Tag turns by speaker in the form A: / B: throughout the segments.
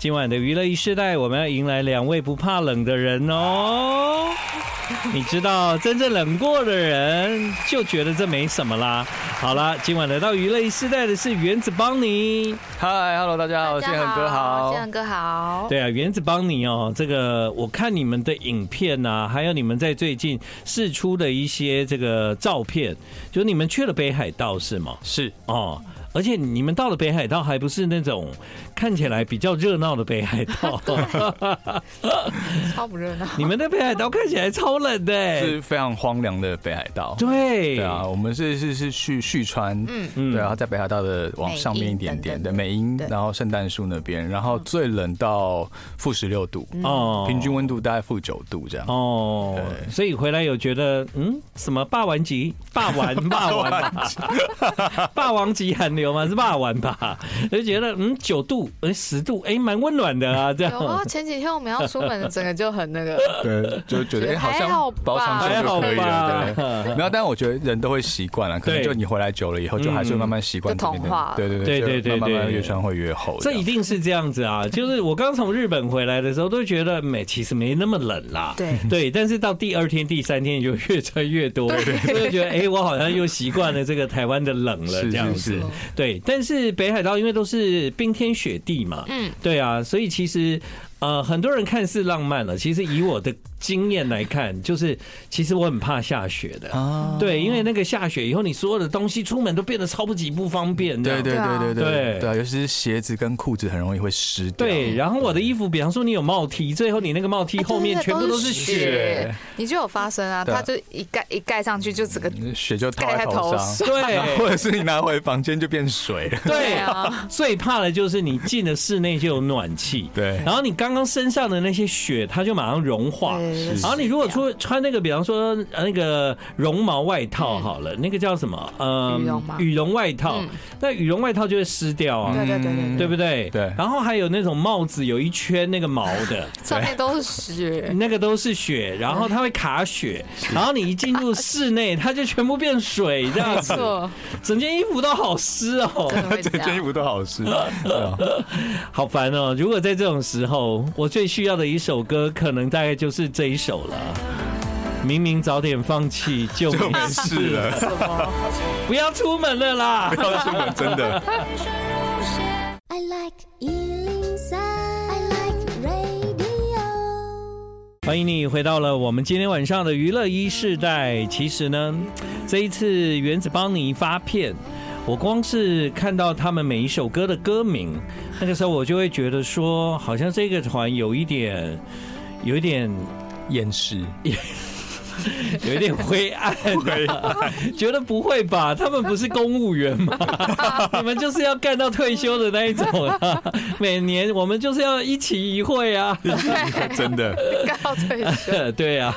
A: 今晚的娱乐一世代，我们要迎来两位不怕冷的人哦。你知道，真正冷过的人就觉得这没什么啦。好啦，今晚来到娱乐一世代的是原子邦尼。
B: 嗨，Hello，大家好，建恒哥好。
C: 建恒哥好。
A: 对啊，原子邦尼哦，这个我看你们的影片呐、啊，还有你们在最近试出的一些这个照片，就你们去了北海道是吗？
B: 是
A: 哦。而且你们到了北海道，还不是那种看起来比较热闹的北海道，
C: 超不热闹。
A: 你们的北海道看起来超冷的、欸，
B: 是非常荒凉的北海道。
A: 对，
B: 对啊，我们是是是去旭川，嗯，对啊，在北海道的往上面一点点的美英，然后圣诞树那边，然后最冷到负十六度，哦、嗯，平均温度大概负九度这样。
A: 哦，所以回来有觉得，嗯，什么霸王级、霸王、霸王、霸王级寒。有吗？是霸玩吧？就觉得嗯，九度、哎十度，哎，蛮温暖的啊。这样。有
C: 啊，前几天我们要出门，整个就很那个。
B: 对，就觉得哎，好像包长袖就可以了。对。没有，但我觉得人都会习惯了，可能就你回来久了以后，就还是慢慢习惯。
C: 同化。
B: 对对嗯对对对慢慢越穿会越厚。
A: 这一定是这样子啊！就是我刚从日本回来的时候，都觉得没，其实没那么冷啦。
C: 对
A: 对，但是到第二天、第三天，你就越穿越多，所以觉得哎，我好像又习惯了这个台湾的冷了，这样子。
C: 嗯
A: 对，但是北海道因为都是冰天雪地嘛，嗯，对啊，所以其实呃，很多人看似浪漫了，其实以我的经验来看，就是其实我很怕下雪的，
B: 啊
A: 哦、对，因为那个下雪以后，你所有的东西出门都变得超级不方便，
B: 对对对对
A: 对
B: 对啊，尤其是鞋子跟裤子很容易会湿掉。
A: 对，然后我的衣服，比方说你有帽 T，最后你那个帽 T 后
C: 啊
A: 面全部都是雪，
C: 你就有发生啊，它就一盖一盖上去就整个
B: 雪就盖在头上，
A: 对，
B: 或者是你拿回房间就。变水了，
A: 对啊，最怕的就是你进了室内就有暖气，
B: 对，
A: 然后你刚刚身上的那些雪，它就马上融化，然后你如果说穿那个，比方说呃那个绒毛外套好了，那个叫什么？嗯
C: 呃，嗯羽绒嗯
A: 羽绒外套，那羽绒外套就会湿掉啊，
C: 对对对，
A: 对不对？
B: 对，
A: 然后还有那种帽子有一圈那个毛的，
C: 上面都是雪，
A: 那个都是雪，然后它会卡雪，然后你一进入室内，它就全部变水这样子，
C: 哦
A: 整件衣服都好湿。湿哦，
B: 整件衣服都好湿，
A: 好烦哦！如果在这种时候，我最需要的一首歌，可能大概就是这一首了。明明早点放弃就
B: 没事了，
A: 不要出门了 啦！
B: 不要出门，真的。
D: I like
A: 欢迎你回到了我们今天晚上的娱乐一世代。其实呢，这一次原子邦尼发片。我光是看到他们每一首歌的歌名，那个时候我就会觉得说，好像这个团有一点，有一点
B: 厌世，
A: 有一点灰暗，啊觉得不会吧？他们不是公务员吗？你们就是要干到退休的那一种啊！每年我们就是要一期一会啊，
B: 真的
C: 干到退 休，
A: 对啊，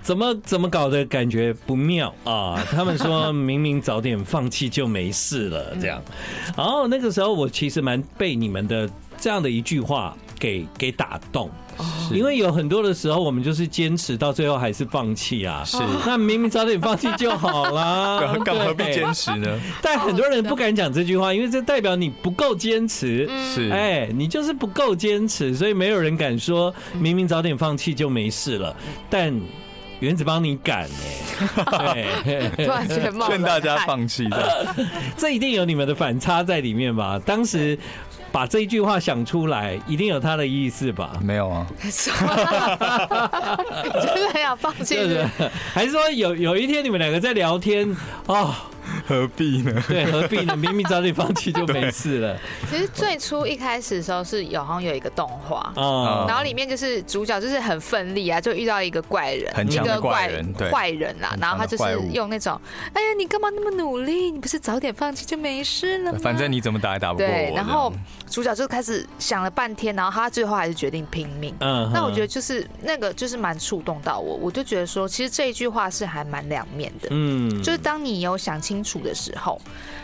A: 怎么怎么搞的感觉不妙啊！他们说明明早点放弃就没事了，这样。然后那个时候我其实蛮被你们的这样的一句话给给打动。因为有很多的时候，我们就是坚持到最后还是放弃啊。
B: 是，
A: 那明明早点放弃就好 啦，
B: 干何必坚持呢？
A: 但很多人不敢讲这句话，因为这代表你不够坚持。
B: 是，
A: 哎，你就是不够坚持，所以没有人敢说明明早点放弃就没事了。但原子帮你欸敢
C: 哎，突然间
B: 劝大家 放弃的，
A: 这一定有你们的反差在里面吧？当时。把这一句话想出来，一定有他的意思吧？
B: 没有啊，
C: 真的要放弃？
A: 还是说有有一天你们两个在聊天哦？
B: 何必呢？
A: 对，何必呢？明明早点放弃就没事了。
C: 其实最初一开始的时候是有好像有一个动画，
A: 哦
E: 哦
C: 嗯、然后里面就是主角就是很奋力啊，就遇到一个怪人，
B: 很
C: 一个
B: 怪人，
C: 坏人啦、啊，然后他就是用那种，哎呀，你干嘛那么努力？你不是早点放弃就没事了吗？
B: 反正你怎么打也打不过
C: 对，然后。主角就开始想了半天，然后他最后还是决定拼命。
A: 哦
C: 嗯，那我觉得就是那个就是蛮触动到我，我就觉得说，其实这一句话是还蛮两面
B: 嗯
C: 的。
A: 嗯
C: 嗯，就是当你有想清楚的时候，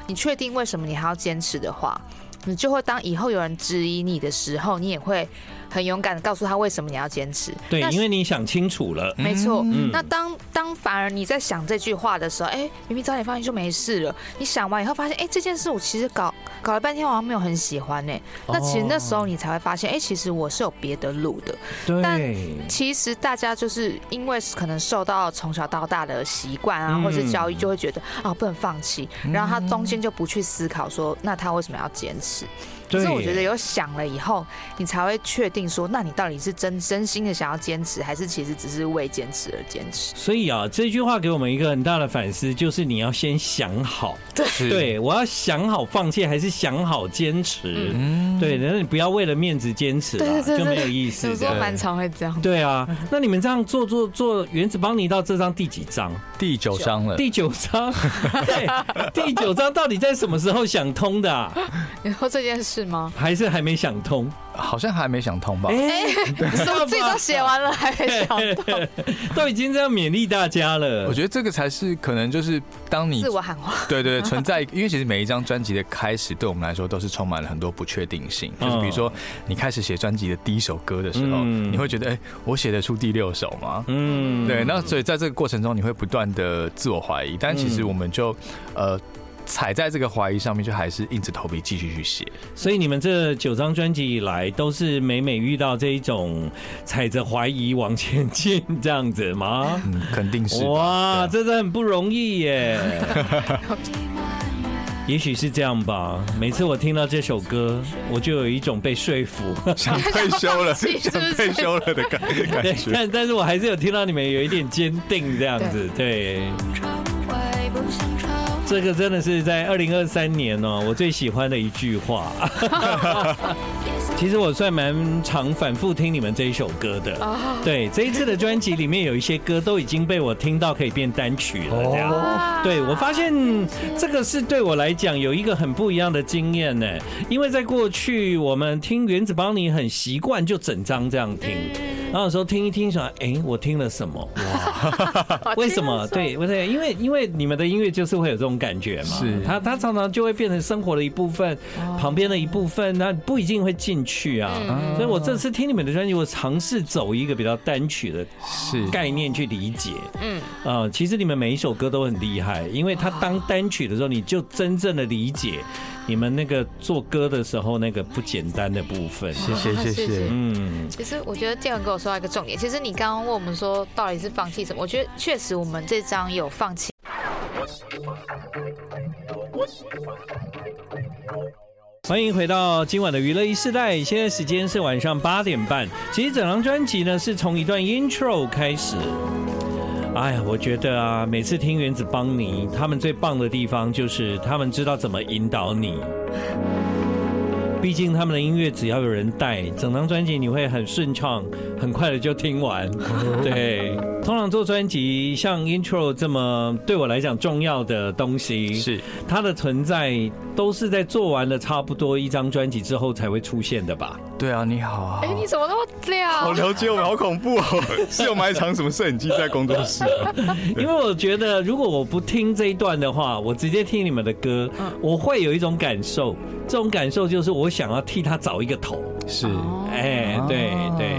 C: 你确定为什么你还要坚持的话，你就会当以后有人质疑你的时候，你也会很勇敢的告诉他为什么你要坚持。
A: 对，因为你想清楚了。
C: 没错。
B: 嗯
C: 那当当反而你在想这句话的时候，哎、欸，明明早点发现就没事了。你想完以后发现，哎、欸，这件事我其实搞搞了半天，我好像没有很喜欢呢、欸。那其实那时候你才会发现，哎，其实我是有别的路的。
A: 对。
C: 但其实大家就是因为可能受到从小到大的习惯啊，或者是教育，就会觉得啊、哦、不能放弃，然后他中间就不去思考说，那他为什么要坚持？所以我觉得有想了以后，你才会确定说，那你到底是真真心的想要坚持，还是其实只是为坚持而坚持？
A: 所以啊，这句话给我们一个很大的反思，就是你要先想好，对，我要想好放弃，还是想好坚持？嗯、对，然后你不要为了面子坚持了，就没有意思。
E: 有时候蛮常会这样。
A: 对啊，那你们这样做做做，原子邦尼到这张第几章？
B: 第九章了。
A: 第九章， 对，第九章到底在什么时候想通的、啊？
E: 你说这件事 吗？
A: 还是还没想通？
B: 好像还没想通吧？
A: 哎、 欸，
E: 我自己都写完了，还没想通，
A: 都已经这样勉励大家了。
B: 我觉得这个才是可能，就是当你
E: 自我喊话，
B: 对对对，存在。因为其实每一张专辑的开始，对我们来说都是充满了很多不确定性。就是比如说，你开始写专辑的第一首歌的时候，嗯嗯、你会觉得，哎、欸，我写得出第六首吗？嗯，对。那所以在这个过程中，你会不断的自我怀疑。但其实我们就，呃。踩在这个怀疑上面，就还是硬着头皮继续去写。
A: 所以你们这九张专辑以来，都是每每遇到这一种踩着怀疑往前进这样子吗？
B: 嗯，肯定是。
A: 哇，真的很不容易耶。也许是这样吧。每次我听到这首歌，我就有一种被说服、
B: 想退休了、想退休了的感感觉。
A: 但 但是我还是有听到你们有一点坚定这样子，对。这个真的是在二零二三年哦、喔，我最喜欢的一句话。其实我算蛮常反复听你们这一首歌的，对，这一次的专辑里面有一些歌都已经被我听到可以变单曲了，这样。对我发现这个是对我来讲有一个很不一样的经验呢，因为在过去我们听原子邦尼很习惯就整张这样听，然后有时候听一听想，哎、欸，我听了什么？哇，为什么？对，不对，因为因为你们的音乐就是会有这种感觉嘛，
B: 是，
A: 它它常常就会变成生活的一部分，旁边的一部分，那不一定会进。去啊，所以我这次听你们的专辑，我尝试走一个比较单曲的概念去理解。嗯，呃，其实你们每一首歌都很厉害，因为它当单曲的时候，你就真正的理解你们那个做歌的时候那个不简单的部分。
B: 谢谢谢谢。
E: 嗯，其实我觉得建文跟我说到一个重点，其实你刚刚问我们说到底是放弃什么，我觉得确实我们这张有放弃。
A: 欢迎回到今晚的娱乐一世代，现在时间是晚上八点半。其实整张专辑呢是从一段 intro 开始。哎呀，我觉得啊，每次听原子邦尼，他们最棒的地方就是他们知道怎么引导你。毕竟他们的音乐只要有人带，整张专辑你会很顺畅，很快的就听完。对，通常做专辑像 intro 这么对我来讲重要的东西，
B: 是
A: 它的存在都是在做完了差不多一张专辑之后才会出现的吧？
B: 对啊，你好、啊，
E: 哎、欸，你怎么那么亮？
B: 好了解我们，好恐怖哦！ 是有埋藏什么摄影机在工作室、啊？
A: 因为我觉得如果我不听这一段的话，我直接听你们的歌，
B: 嗯
A: 我会有一种感受，这种感受就是我。想要替他找一个头，
B: 是，
E: 哦
B: 啊
A: 哎、欸，对对。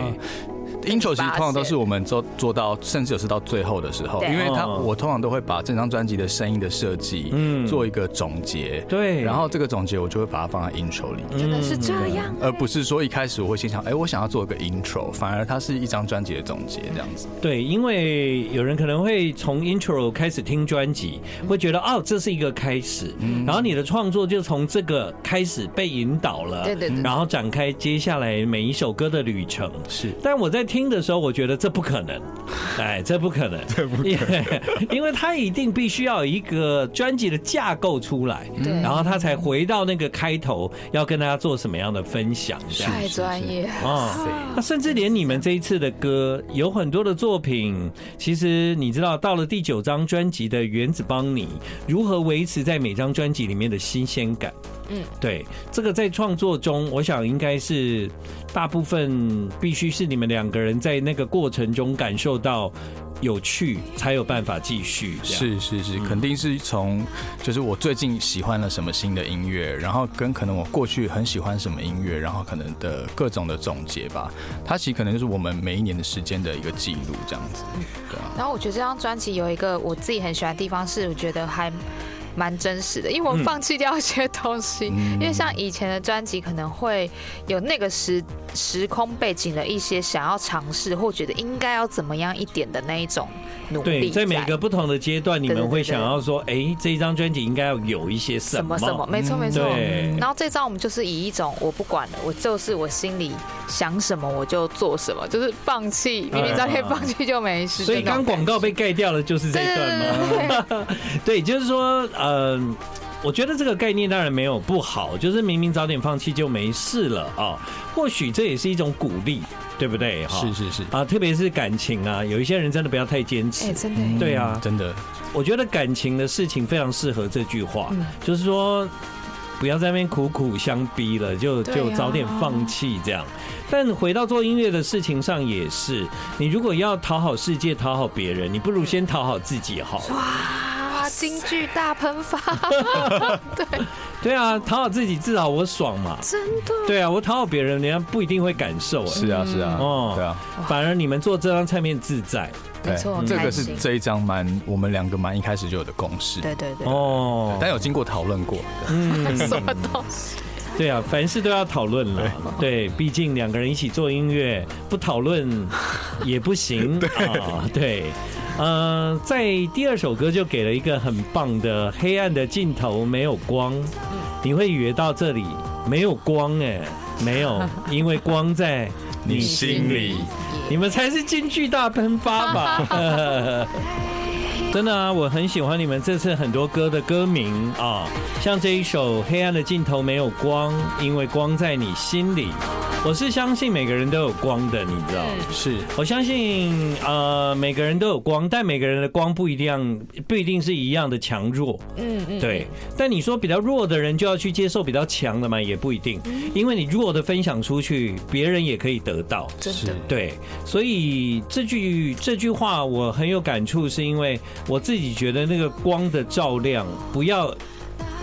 B: intro 其实通常都是我们做做到，甚至有是到最后的时候，因为他我通常都会把整张专辑的声音的设计，哦嗯，做一个总结，
A: 对，
B: 然后这个总结我就会把它放在 intro 里，
E: 真的是这样，
B: 而不是说一开始我会先想，哎，我想要做一个 intro，反而它是一张专辑的总结这样子。
A: 对，因为有人可能会从 intro 开始听专辑，
B: 嗯
A: 会觉得哦这是一个开始，然后你的创作就从这个开始被引导了，
E: 对对对，
A: 然后展开接下来每一首歌的旅程。
B: 是，
A: 但我在。听的时候，我觉得这不可能， 哎，这不可能，
B: 这不可能，
A: 因为 他一定必须要有一个专辑的架构出来，
E: 嗯
B: 嗯
A: 然后他才回到那个开头，要跟大家做什么样的分享，
E: 太专业
A: 啊！那甚至连你们这一次的歌，有很多的作品，其实你知道，到了第九张专辑的原子邦你如何维持在每张专辑里面的新鲜感？嗯，对，这个在创作中，我想应该是大部分必须是你们两个人在那个过程中感受到。有趣才有办法继续。
B: 是是是，肯定是从就是我最近喜欢了什么新的音乐，然后跟可能我过去很喜欢什么音乐，然后可能的各种的总结吧。它其实可能就是我们每一年的时间的一个记录这样子。对啊。
E: 然后我觉得这张专辑有一个我自己很喜欢的地方，是我觉得还。蛮真实的，因为
A: 嗯
E: 我们放弃掉一些东西，嗯、因为像以前的专辑可能会有那个时时空背景的一些想要尝试或觉得应该要怎么样一点的那一种努
A: 对，
E: 力。
A: 在每个不同的阶段，你们会想要说，哎、欸，这一张专辑应该要有一些什
E: 么
A: 什
E: 么？没错没错。嗯、然后这张我们就是以一种我不管了，我就是我心里想什么我就做什么，就是放弃，明明照片放弃就没
A: 哎
E: 事。
A: 所以刚广告被盖掉了，就是这一段吗？對,對,對, 对，就是说。嗯，我觉得这个概念当然没有不好，就是明明早点放弃就没事了啊、哦。或许这也是一种鼓励，对不对？
B: 哈、哦，是是是
A: 啊，特别是感情啊，有一些人真的不要太坚持，
E: 哎、欸，真的，
A: 对啊，
B: 真的。
A: 我觉得感情的事情非常适合这句话，嗯、就是说不要在那边苦苦相逼了，就就早点放弃这样。但回到做音乐的事情上也是，你如果要讨好世界、讨好别人，你不如先讨好自己好了。
E: 京剧啊大喷发，对
A: 对啊，讨好自己至少我爽嘛，
E: 真的。
A: 对啊，我讨好别人，人家不一定会感受。
B: 是啊，是啊，哦，对啊，
A: 反而你们做这张唱片自在。
E: 没错，
B: 嗯这个是这一张蛮我们两个蛮一开始就有的共识。
E: 对对对，哦，
B: 但有经过讨论过。
E: 嗯，什么东西？
A: 对啊，凡事都要讨论了。对，毕竟两个人一起做音乐，不讨论也不行啊。对。呃，在第二首歌就给了一个很棒的黑暗的尽头没有光，你会以为到这里没有光哎、欸，没有，因为光在
B: 你心里，
A: 你们才是京剧大喷发吧。 真的啊，我很喜欢你们这次很多歌的歌名啊，像这一首《黑暗的尽头没有光》，因为光在你心里。我是相信每个人都有光的，你知道？
B: 是
A: 我相信，呃，每个人都有光，但每个人的光不一定不一定是一样的强弱。嗯嗯，对。但你说比较弱的人就要去接受比较强的嘛，也不一定，因为你弱的分享出去，别人也可以得到。
E: 真的。
A: 对，所以这句这句话我很有感触，是因为。我自己觉得那个光的照亮，不要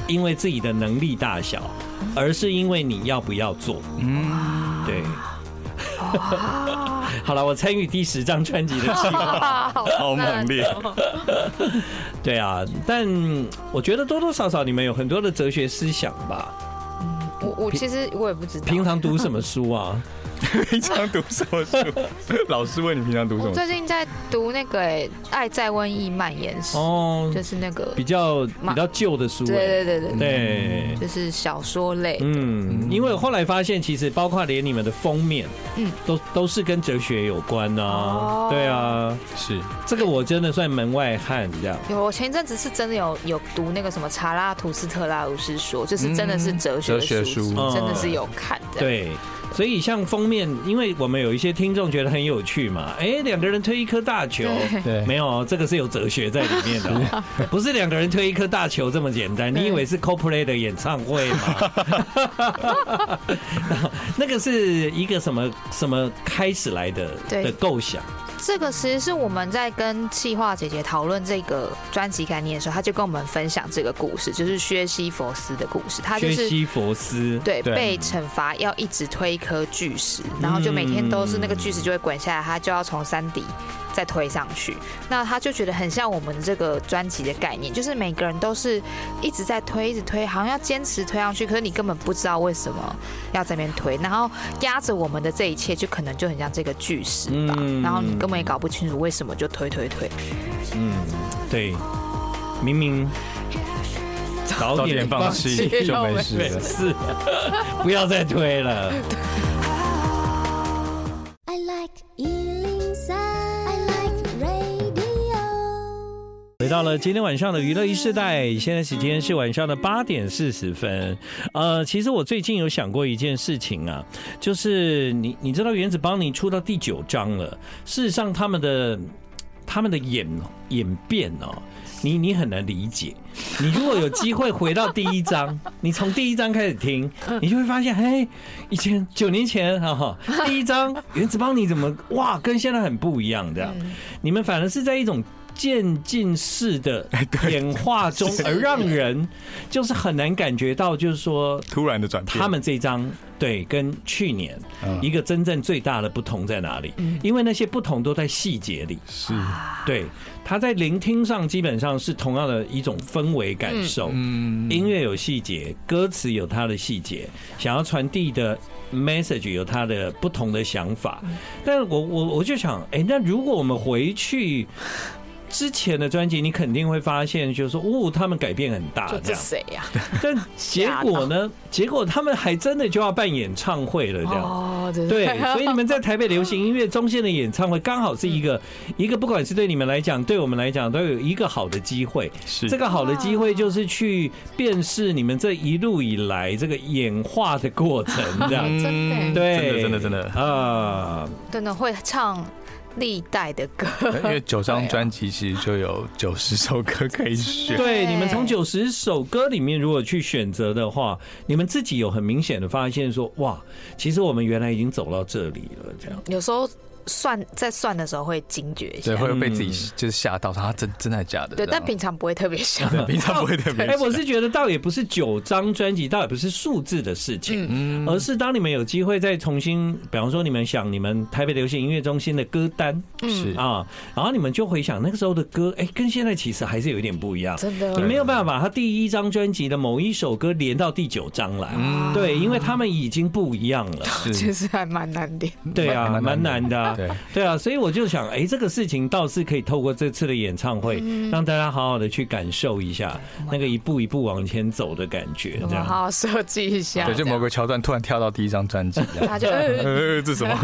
A: 因为自己的能力大小，而是因为你要不要做。嗯，对。好了，我参与第十张专辑的 计
E: 啊
A: 划，
B: 好猛烈。
A: 对啊，但我觉得多多少少你们有很多的哲学思想吧。
E: 嗯，我我其实我也不知道。
A: 平常读什么书啊？
B: 平常读什么书？老师问你平常读什么？
E: 最近在读那个、欸《爱在瘟疫蔓延时》，哦，就是那个
A: 比较比较旧的书、欸，
E: 对对对
A: 对对，
E: 就是小说类。
A: 嗯，因为我后来发现，其实包括连你们的封面，嗯，都都是跟哲学有关啊。哦、对啊，
B: 是
A: 这个我真的算门外汉这样。
E: 有，我前一阵子是真的有有读那个什么查拉图斯特拉如是说，就是真的是哲学、嗯、嗯
B: 哲学书，
E: 真的是有看的。
A: 对。所以像封面，因为我们有一些听众觉得很有趣嘛，哎，两个人推一颗大球，
B: 对，
A: 没有，哦这个是有哲学在里面的，哦不是两个人推一颗大球这么简单。你以为是 CoPlay 的演唱会吗？ 那个是一个什么什么开始来的的构想？
E: 这个其实是我们在跟气化姐姐讨论这个专辑概念的时候，她就跟我们分享这个故事，就是薛西佛斯的故事。他就是
A: 西佛斯，
E: 对，被惩罚要一直推。颗巨石，然后就每天都是那个巨石就会滚下来，他就要从山底再推上去。那他就觉得很像我们这个专辑的概念，就是每个人都是一直在推，一直推，好像要坚持推上去，可是你根本不知道为什么要在那边推，然后压着我们的这一切，就可能就很像这个巨石吧，然后你根本也搞不清楚为什么就推推推。
A: 嗯，对，明明。早点放弃
B: 就没事了，
A: 是， 不要再推了。
D: I like 103, I like radio.
A: 回到了今天晚上的娱乐一世代，现在时间是晚上的八点四十分。呃，其实我最近有想过一件事情啊，就是你你知道原子邦尼出到第九章了，事实上他们的他们的演演变哦、喔。你你很难理解。你如果有机会回到第一章， 你从第一章开始听，你就会发现，哎，以前九年前哈、哈，第一章原子邦你怎么哇，跟现在很不一样的。你们反而是在一种。渐进式的演化中，而让人就是很难感觉到，就是说
B: 突然的转变。
A: 他们这张对跟去年一个真正最大的不同在哪里？因为那些不同都在细节里，
B: 是
A: 对他在聆听上基本上是同样的一种氛围感受。
B: 嗯
A: 音乐有细节，歌词有它的细节，想要传递的 message 有它的不同的想法。但我我我就想，哎，那如果我们回去。之前的专辑，你肯定会发现，就是说，哦，他们改变很大，
E: 就
A: 这
E: 这
A: 样。
E: 谁呀？
A: 但结果呢？结果他们还真的就要办演唱会了，这样。
E: 哦，对
A: 对，所以你们在台北流行音乐中心的演唱会，刚好是一个
B: 嗯
A: 一个，不管是对你们来讲，对我们来讲，都有一个好的机会。
B: 是
A: 这个好的机会就是去辨识你们这一路以来这个演化的过程，这样。
B: 嗯
E: 真的 耶
A: 对，
B: 真的真的 真的
A: 啊，
E: 真的会唱历代的歌，
B: 因为九张专辑其实就有九十首歌可以选，
A: 对，你们从
E: 对
A: 九十首歌里面如果去选择的话，你们自己有很明显的发现说，哇，其实我们原来已经走到这里了，这样。
E: 有时候算在算的时候会惊觉一
B: 对，，
E: 下
B: 会被自己
A: 嗯
B: 就是吓到，他真真的假的？
E: 对，
A: 啊
B: 这样
E: 但平常不会特别 想。
B: 对平常不会特别
A: 哎、。我是觉得倒也不是九张专辑，倒也不是数字的事情，
E: 嗯
A: 而是当你们有机会再重新，比方说你们想你们台北流行音乐中心的歌单
E: 嗯
B: 是
A: 啊，然后你们就回想那个时候的歌，哎、跟现在其实还是有一点不一样。
E: 真的
A: 你没有办法把他第一张专辑的某一首歌连到第九张来，对，因为他们已经不一样了。
E: 其实还蛮难的，
A: 对啊，
B: 蛮
A: 蛮
B: 蛮
A: 难
B: 难
A: 的、啊，
B: 对
A: 对啊，所以我就想，哎、这个事情倒是可以透过这次的演唱会，让大家好好的去感受一下那个一步一步往前走的感觉，
E: 我
A: 这
E: 们
A: 样。
E: 好好设计一下。
B: 对，就某个桥段突然跳到第一张 专辑，
E: 这样他就呃
B: 呃， 这什么？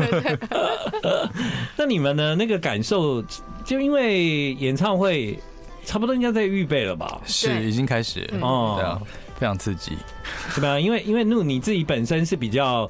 A: 那你们呢？那个感受，就因为演唱会差不多应该在预备了吧？
B: 是已经开始了
A: 哦
B: 对啊，非常刺激。
A: 是吧？因为因为怒你自己本身是比较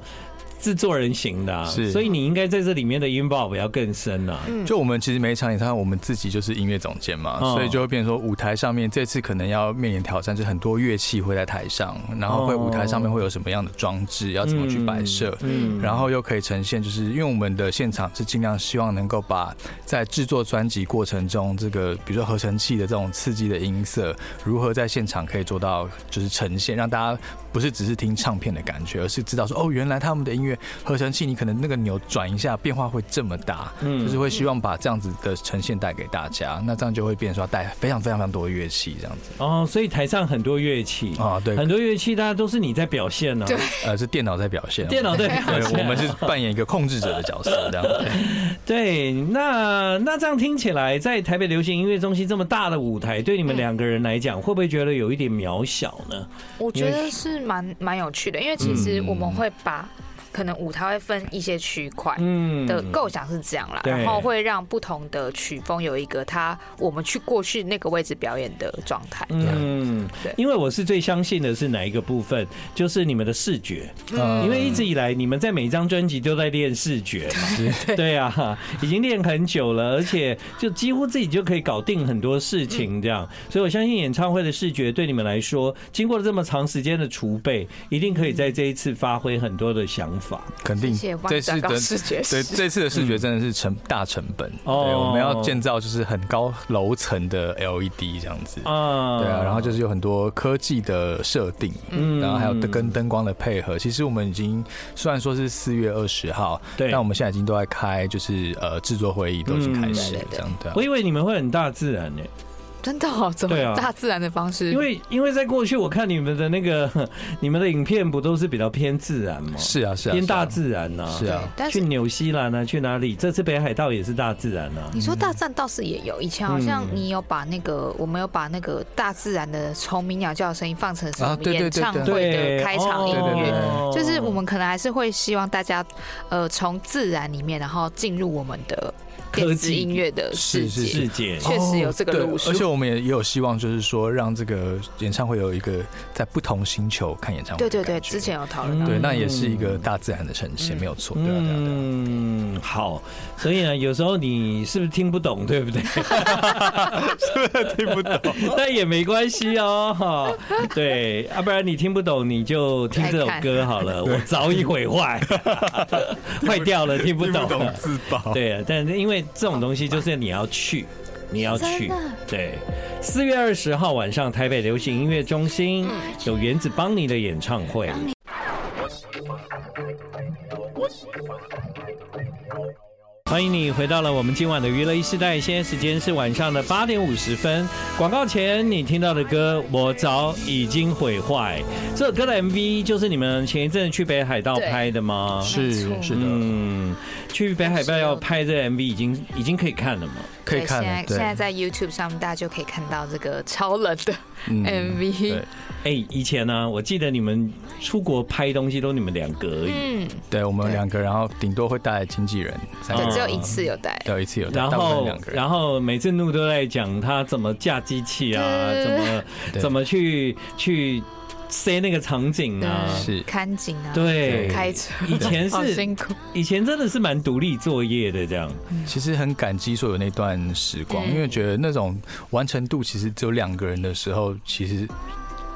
A: 制作人型的、啊，
B: 是
A: 所以你应该在这里面的 involve 要更深啊。
B: 就我们其实每一场演唱会，我们自己就是音乐总监嘛，
A: 哦
B: 所以就会变成说舞台上面这次可能要面临挑战，就是很多乐器会在台上，然后会
A: 哦
B: 舞台上面会有什么样的装置，要怎么去摆设。
A: 嗯
B: 然后又可以呈现，就是因为我们的现场是尽量希望能够把在制作专辑过程中，这个比如说合成器的这种刺激的音色，如何在现场可以做到就是呈现，让大家不是只是听唱片的感觉，而是知道说哦，原来他们的音乐合成器，你可能那个钮转一下变化会这么大，
A: 嗯
B: 就是会希望把这样子的呈现带给大家，那这样就会变成说要带非常非常非常多的乐器这样子
A: 哦，所以台上很多乐器
B: 啊，对，
A: 很多乐器，大家都是你在表现啊呢、
B: 呃，是电脑在表现，
A: 电脑在表
B: 对，
A: 现。
B: 我们是扮演一个控制者的角色这样子。
A: 对，那那这样听起来，在台北流行音乐中心这么大的舞台，对你们两个人来讲，会不会觉得有一点渺小呢？
E: 我觉得是蛮蛮有趣的，因为其实我们会把可能舞台会分一些区块。
A: 嗯，
E: 的构想是这样啦，
A: 对
E: 然后会让不同的曲风有一个它我们去过去那个位置表演的状态。
A: 嗯
E: 对，
A: 因为我是最相信的是哪一个部分，就是你们的视觉，因为一直以来你们在每一张专辑都在练视觉嘛， 对啊，已经练很久了，而且就几乎自己就可以搞定很多事情这样，所以我相信演唱会的视觉对你们来说，经过了这么长时间的储备，一定可以在这一次发挥很多的想法。
B: 肯定
E: 谢谢万
B: 这次
E: 达高
B: 的
E: 视觉
B: 对
E: 师
B: 这次的视觉真的是成大成本，对，
A: 哦
B: 我们要建造就是很高楼层的 LED 这样子。
A: 啊，
B: 对啊，然后就是有很多科技的设定，嗯，然后还有灯跟灯光的配合。其实我们已经虽然说是四月二十号，
A: 对
B: 但我们现在已经都在开，就是呃制作会议都已经开始了
E: 嗯
B: 这样啊的。
A: 我以为你们会很大自然呢、
E: 真的哦，怎
A: 对
E: 么
A: 啊
E: 大自然的方式？
A: 因为因为在过去我看你们的那个 你们的影片不都是比较偏自然吗？
B: 是啊，是啊，
A: 偏
B: 是啊
A: 大自然呐、
B: 是啊，
E: 但
A: 去
E: 是
A: 纽西兰啊，去哪里？这次北海道也是大自然啊。
E: 你
B: 嗯
E: 说大自然倒是也有，以前好像你有把那个我们有把那个大自然的虫鸣鸟叫的声音放成什
B: 啊
E: 么
B: 对对
E: 演
B: 对
E: 唱会
A: 对，
E: 的开场音
B: 对对对
E: 乐
B: 对。
A: 哦
E: 就是我们可能还是会希望大家，呃，从自然里面，然后进入我们的
A: 科
E: 电子
A: 技
E: 音乐的世
B: 是
A: 世
B: 是
E: 界，
A: 界，
B: 啊
E: 哦确实有这个路数
B: 对而且我们也也有希望，就是说让这个演唱会有一个在不同星球看演唱会
E: 对
B: 的
E: 对
B: 感觉。
E: 对，之前有讨论到，
B: 嗯对，那也是一个大自然的呈现，
E: 嗯
B: 没有错。对啊，对啊，对啊。
A: 嗯，好，所以呢，有时候你是不是听不懂，对不对？嗯
B: 听不懂。
A: 但也没关系哦，哈，对，要、不然你听不懂，你就听这首歌好了。我早已毁 坏，坏掉了，听不懂了。
B: 自保。
A: 对啊，但是因为这种东西就是你要去，你要去。对，四月二十号晚上台北流行音乐中心有原子邦尼的演唱会。欢迎你回到了我们今晚的娱乐一时代，现在时间是晚上的八点五十分。广告前你听到的歌《我早已经毁坏》，这首歌的 MV 就是你们前一阵去北海道
E: 对
A: 拍的吗？
B: 是是的，
A: 嗯，去北海道要拍这个 MV 已经已经可以看了嘛？
B: 可以
E: 对
B: 看
E: 现在
B: 了。
E: 现在
B: 对，
E: 在 YouTube 上面，大家就可以看到这个超冷的
B: 嗯
E: MV
B: 对。
A: 哎、以前呢、我记得你们出国拍东西都你们两个而已，
E: 嗯，
B: 对，我们
E: 对
B: 两个，然后顶多会带经纪人，三个
E: 对，
B: 人
E: 只有一次有带。
B: 对，一次有带，
A: 然
B: 大部分
A: 后
B: 两个人。
A: 然后每次怒都在讲他怎么架机器啊，
E: 对
A: 怎么
B: 对
A: 怎么去去塞那个场景啊，
E: 对
B: 是
E: 看景啊，
A: 对，
E: 开车
A: 以前
E: 好
A: 是
E: 辛苦，
A: 以前真的是蛮独立作业的这样，
B: 其实很感激所有那段时光，
E: 嗯
B: 因为觉得那种完成度其实只有两个人的时候，其实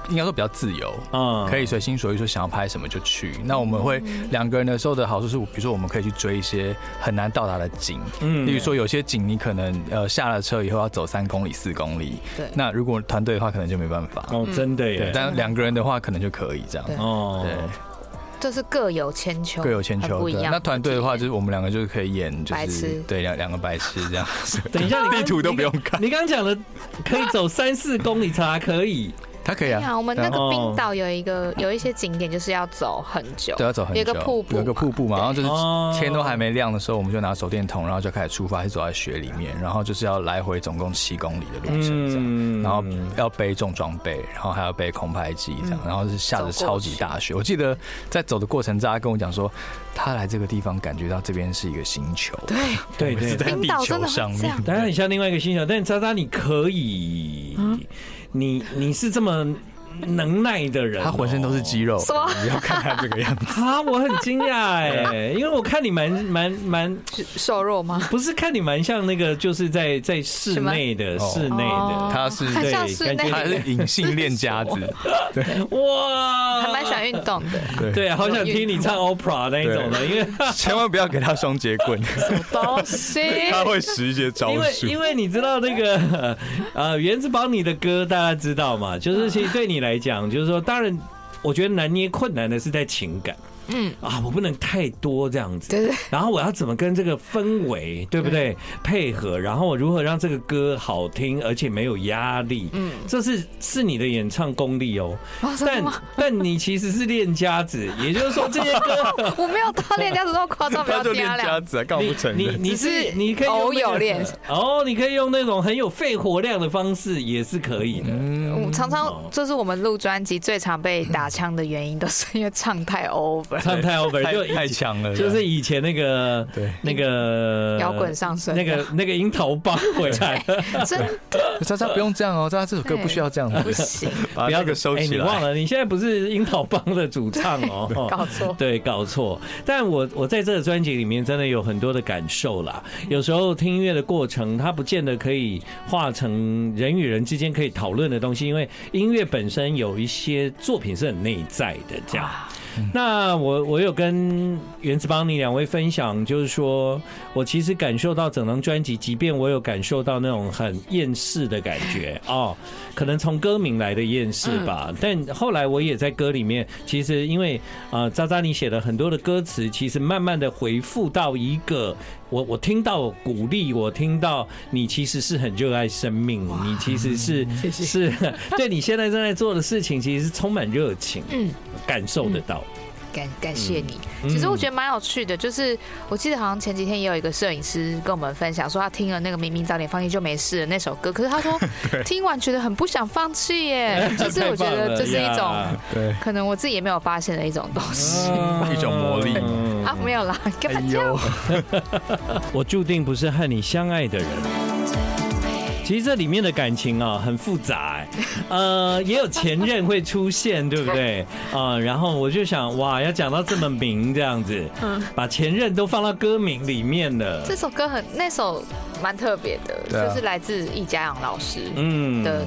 B: 应该说比较自由。
A: 嗯，
B: 可以随心所欲，说想要拍什么就去。那我们会
E: 嗯
B: 两个人的时候的好处是，比如说我们可以去追一些很难到达的景，
A: 嗯
B: 例如说有些景你可能呃下了车以后要走三公里、四公里，
E: 对
B: 那如果团队的话，可能就没办法。
E: 嗯
A: 哦，真的
B: 对
A: 耶，，
B: 但两个人的话，可能就可以这样。
E: 对
A: 哦，
B: 对，
E: 就是各有千秋，
B: 各有千
E: 很
B: 秋。
E: 不一
B: 对，
E: 样。
B: 那团队的话，就是我们两个就是可以演，就
E: 白
B: 是
E: 痴
B: 对两两个白痴这样。
A: 等一下 你刚
B: 地图都不用看，
A: 你刚刚讲的可以走三四公里才可以，
B: 他可以
E: 对啊，
B: 啊。
A: 哦
E: 我们那
A: 然后
E: 个冰岛有一个有一些景点就是要走很久，
B: 对，要走很久，
E: 有一个瀑布嘛，
B: 有一个瀑布嘛，然后
A: 哦
B: 就是天都还没亮的时候，我们就拿手电筒，然后就开始出发，是走在雪里面，然后就是要来回总共七公里的路程这样，
A: 嗯嗯
B: 然后要背重装备，然后还要背空拍机这样，然后是下着
E: 走过
B: 超级大雪。我记得在走的过程，大家跟我讲说，他来这个地方感觉到这边是一个星球，
E: 对，
A: 对
B: 我们
A: 对
B: 是在
E: 冰
B: 地
E: 岛真
B: 球
E: 的
B: 上
E: 会这
B: 面
E: 样，
A: 当然很像另外一个星球，但渣渣你可以，
E: 啊
A: 你你是这么能耐的人哦、
B: 他浑身都是肌肉
E: 什么，
B: 你要看他这个样子。
A: 啊！我很惊讶 哎，因为我看你蛮蛮蛮，
E: 瘦弱吗？
A: 不是看你蛮像那个，就是在在室内的
B: 什么
A: 室内
E: 哦
A: 的，
B: 他是
E: 很像
A: 对
E: 室
A: 感觉
E: 内
B: 他还是
E: 的，
B: 隐性练家子，
A: 哇，
E: 哦还蛮想运动的，
B: 对
A: 对，好想听你唱 opera 那一种的，因为。
B: 千万不要给他双节棍，
E: 东 西
B: 他会使一些招
A: 因为
B: 数。
A: 因为你知道那个 呃，原子邦你的歌大家知道嘛？就是其实对你来讲，就是说，当然，我觉得拿捏困难的是在情感。嗯啊，我不能太多这样子，
E: 对对
A: 然后我要怎么跟这个氛围，对不对？配合，然后我如何让这个歌好听，而且没有压力？嗯，这是是你的演唱功力哦。
E: 哦真的
A: 但
E: 吗
A: 但你其实是练家子，也就是说这些歌
E: 我没有到练家子那么夸张，不
B: 他
E: 要
B: 就
E: 嗲
B: 练
E: 俩
B: 家。子啊，干嘛
A: 你
B: 不嗯承
A: 你
B: 认？
A: 你
E: 只
A: 是
E: 是
A: 你可以用
E: 偶
A: 那
E: 有
A: 个
E: 练
A: 哦，你可以用那种很有肺活量的方式也是可以的。
B: 嗯
E: 我嗯常
B: 哦
E: 常这是我们录专辑最常被打枪的原因，都是因为唱太 over，
A: 唱太 over 就
B: 太太
A: 以前
B: 强了，
A: 就是以前那个
B: 对
A: 那个
E: 摇滚上身
A: 那个那个樱桃棒 回来，
E: 真的
B: 渣渣不用这样哦，渣渣这首歌不需要这样
E: 不
B: 子，
E: 行，
B: 把
A: 不要
B: 那个收
A: 哎
B: 起
A: 你忘
B: 来。
A: 了，你现在不是樱桃帮的主唱 哦，
E: 搞错
A: 对，搞错。但我我在这个专辑里面真的有很多的感受啦。有时候听音乐的过程，它不见得可以化成人与人之间可以讨论的东西，因为音乐本身有一些作品是很内在的这样。那我我有跟原子邦尼两位分享，就是说我其实感受到整张专辑，即便我有感受到那种很厌世的感觉哦，可能从歌名来的厌世吧。但后来我也在歌里面，其实因为呃，渣渣你写了很多的歌词，其实慢慢的回复到一个我我听到鼓励，我听到你其实是很热爱生命，你其实是是 对你现在正在做的事情，其实是充满热情，嗯
E: 嗯，
A: 感受得到。
E: 感感谢你。
A: 嗯，
E: 其实我觉得蛮有趣的，就是我记得好像前几天也有一个摄影师跟我们分享说，他听了那个《明明早点放弃就没事了》那首歌，可是他说听完觉得很不想放弃耶 就是我觉得这是
A: 太
E: 一
A: 棒了
E: 种
A: 呀
B: 对，
E: 可能我自己也没有发现的一种东西。
B: 一种魔力
A: 嗯
E: 啊，没有啦，干
A: 哎
E: 嘛这样？
A: 我注定不是和你相爱的人。其实这里面的感情啊，很复杂、 欸，呃，也有前任会出现，对不对？啊、呃，然后我就想，哇，要讲到这么明这样子，把前任都放到歌名里面了。
E: 嗯这首歌很那首蛮特别的，
B: 对啊
E: 就是来自易家阳老师
A: 嗯
E: 的。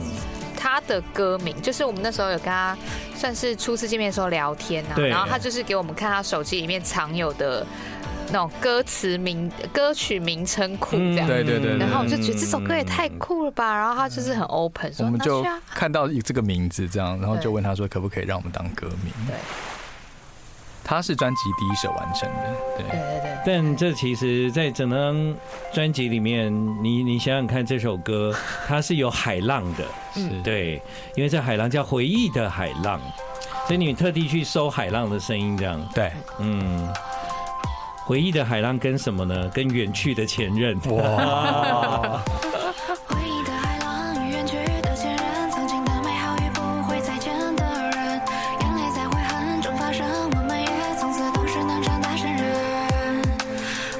E: 他的歌名就是我们那时候有跟他算是初次见面的时候聊天啊，
A: 对
E: 然后他就是给我们看他手机里面藏有的那种歌词名、歌曲名称库
A: 嗯
E: 这样，
B: 嗯对对对对
E: 然后我就觉得这首歌也太酷了吧，然后他就是很 open，
B: 我
E: 说
B: 们
E: 那
B: 就
E: 去啊，
B: 看到一这个名字这样，然后就问他说可不可以让我们当歌名？
E: 对，
B: 他是专辑第一首完成的，
E: 对
B: 对，
E: 对对，
A: 但这其实，在整张专辑里面，你你想想看，这首歌它是有海浪的，
E: 嗯
B: 是，
A: 对，因为这海浪叫回忆的海浪，所以你特地去搜海浪的声音，这样，
B: 对，
A: 嗯，回忆的海浪跟什么呢？跟远去的前任，
B: 哇，
F: 回忆的海浪与远去的前任，曾经的美好与不会再见的人，眼泪在悔恨中发生，我们也从此都是能长大成人。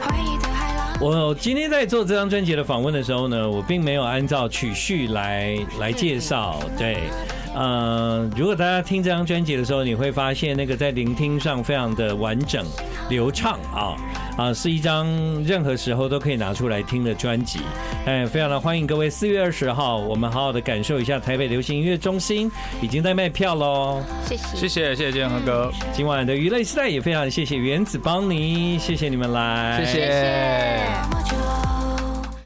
F: 回忆的海浪。
A: 我今天在做这张专辑的访问的时候呢，我并没有按照曲序来来介绍。对，嗯、如果大家听这张专辑的时候，你会发现那个在聆听上非常的完整、流畅啊啊，是一张任何时候都可以拿出来听的专辑。哎，非常的欢迎各位，四月二十号，我们好好的感受一下台北流行音乐中心已经在卖票喽。
E: 谢谢。
B: 谢谢谢谢建和哥，
A: 今晚
E: 嗯
A: 的娱乐时代也非常谢谢原子邦尼，谢谢你们来，
B: 谢谢。
F: 默默去了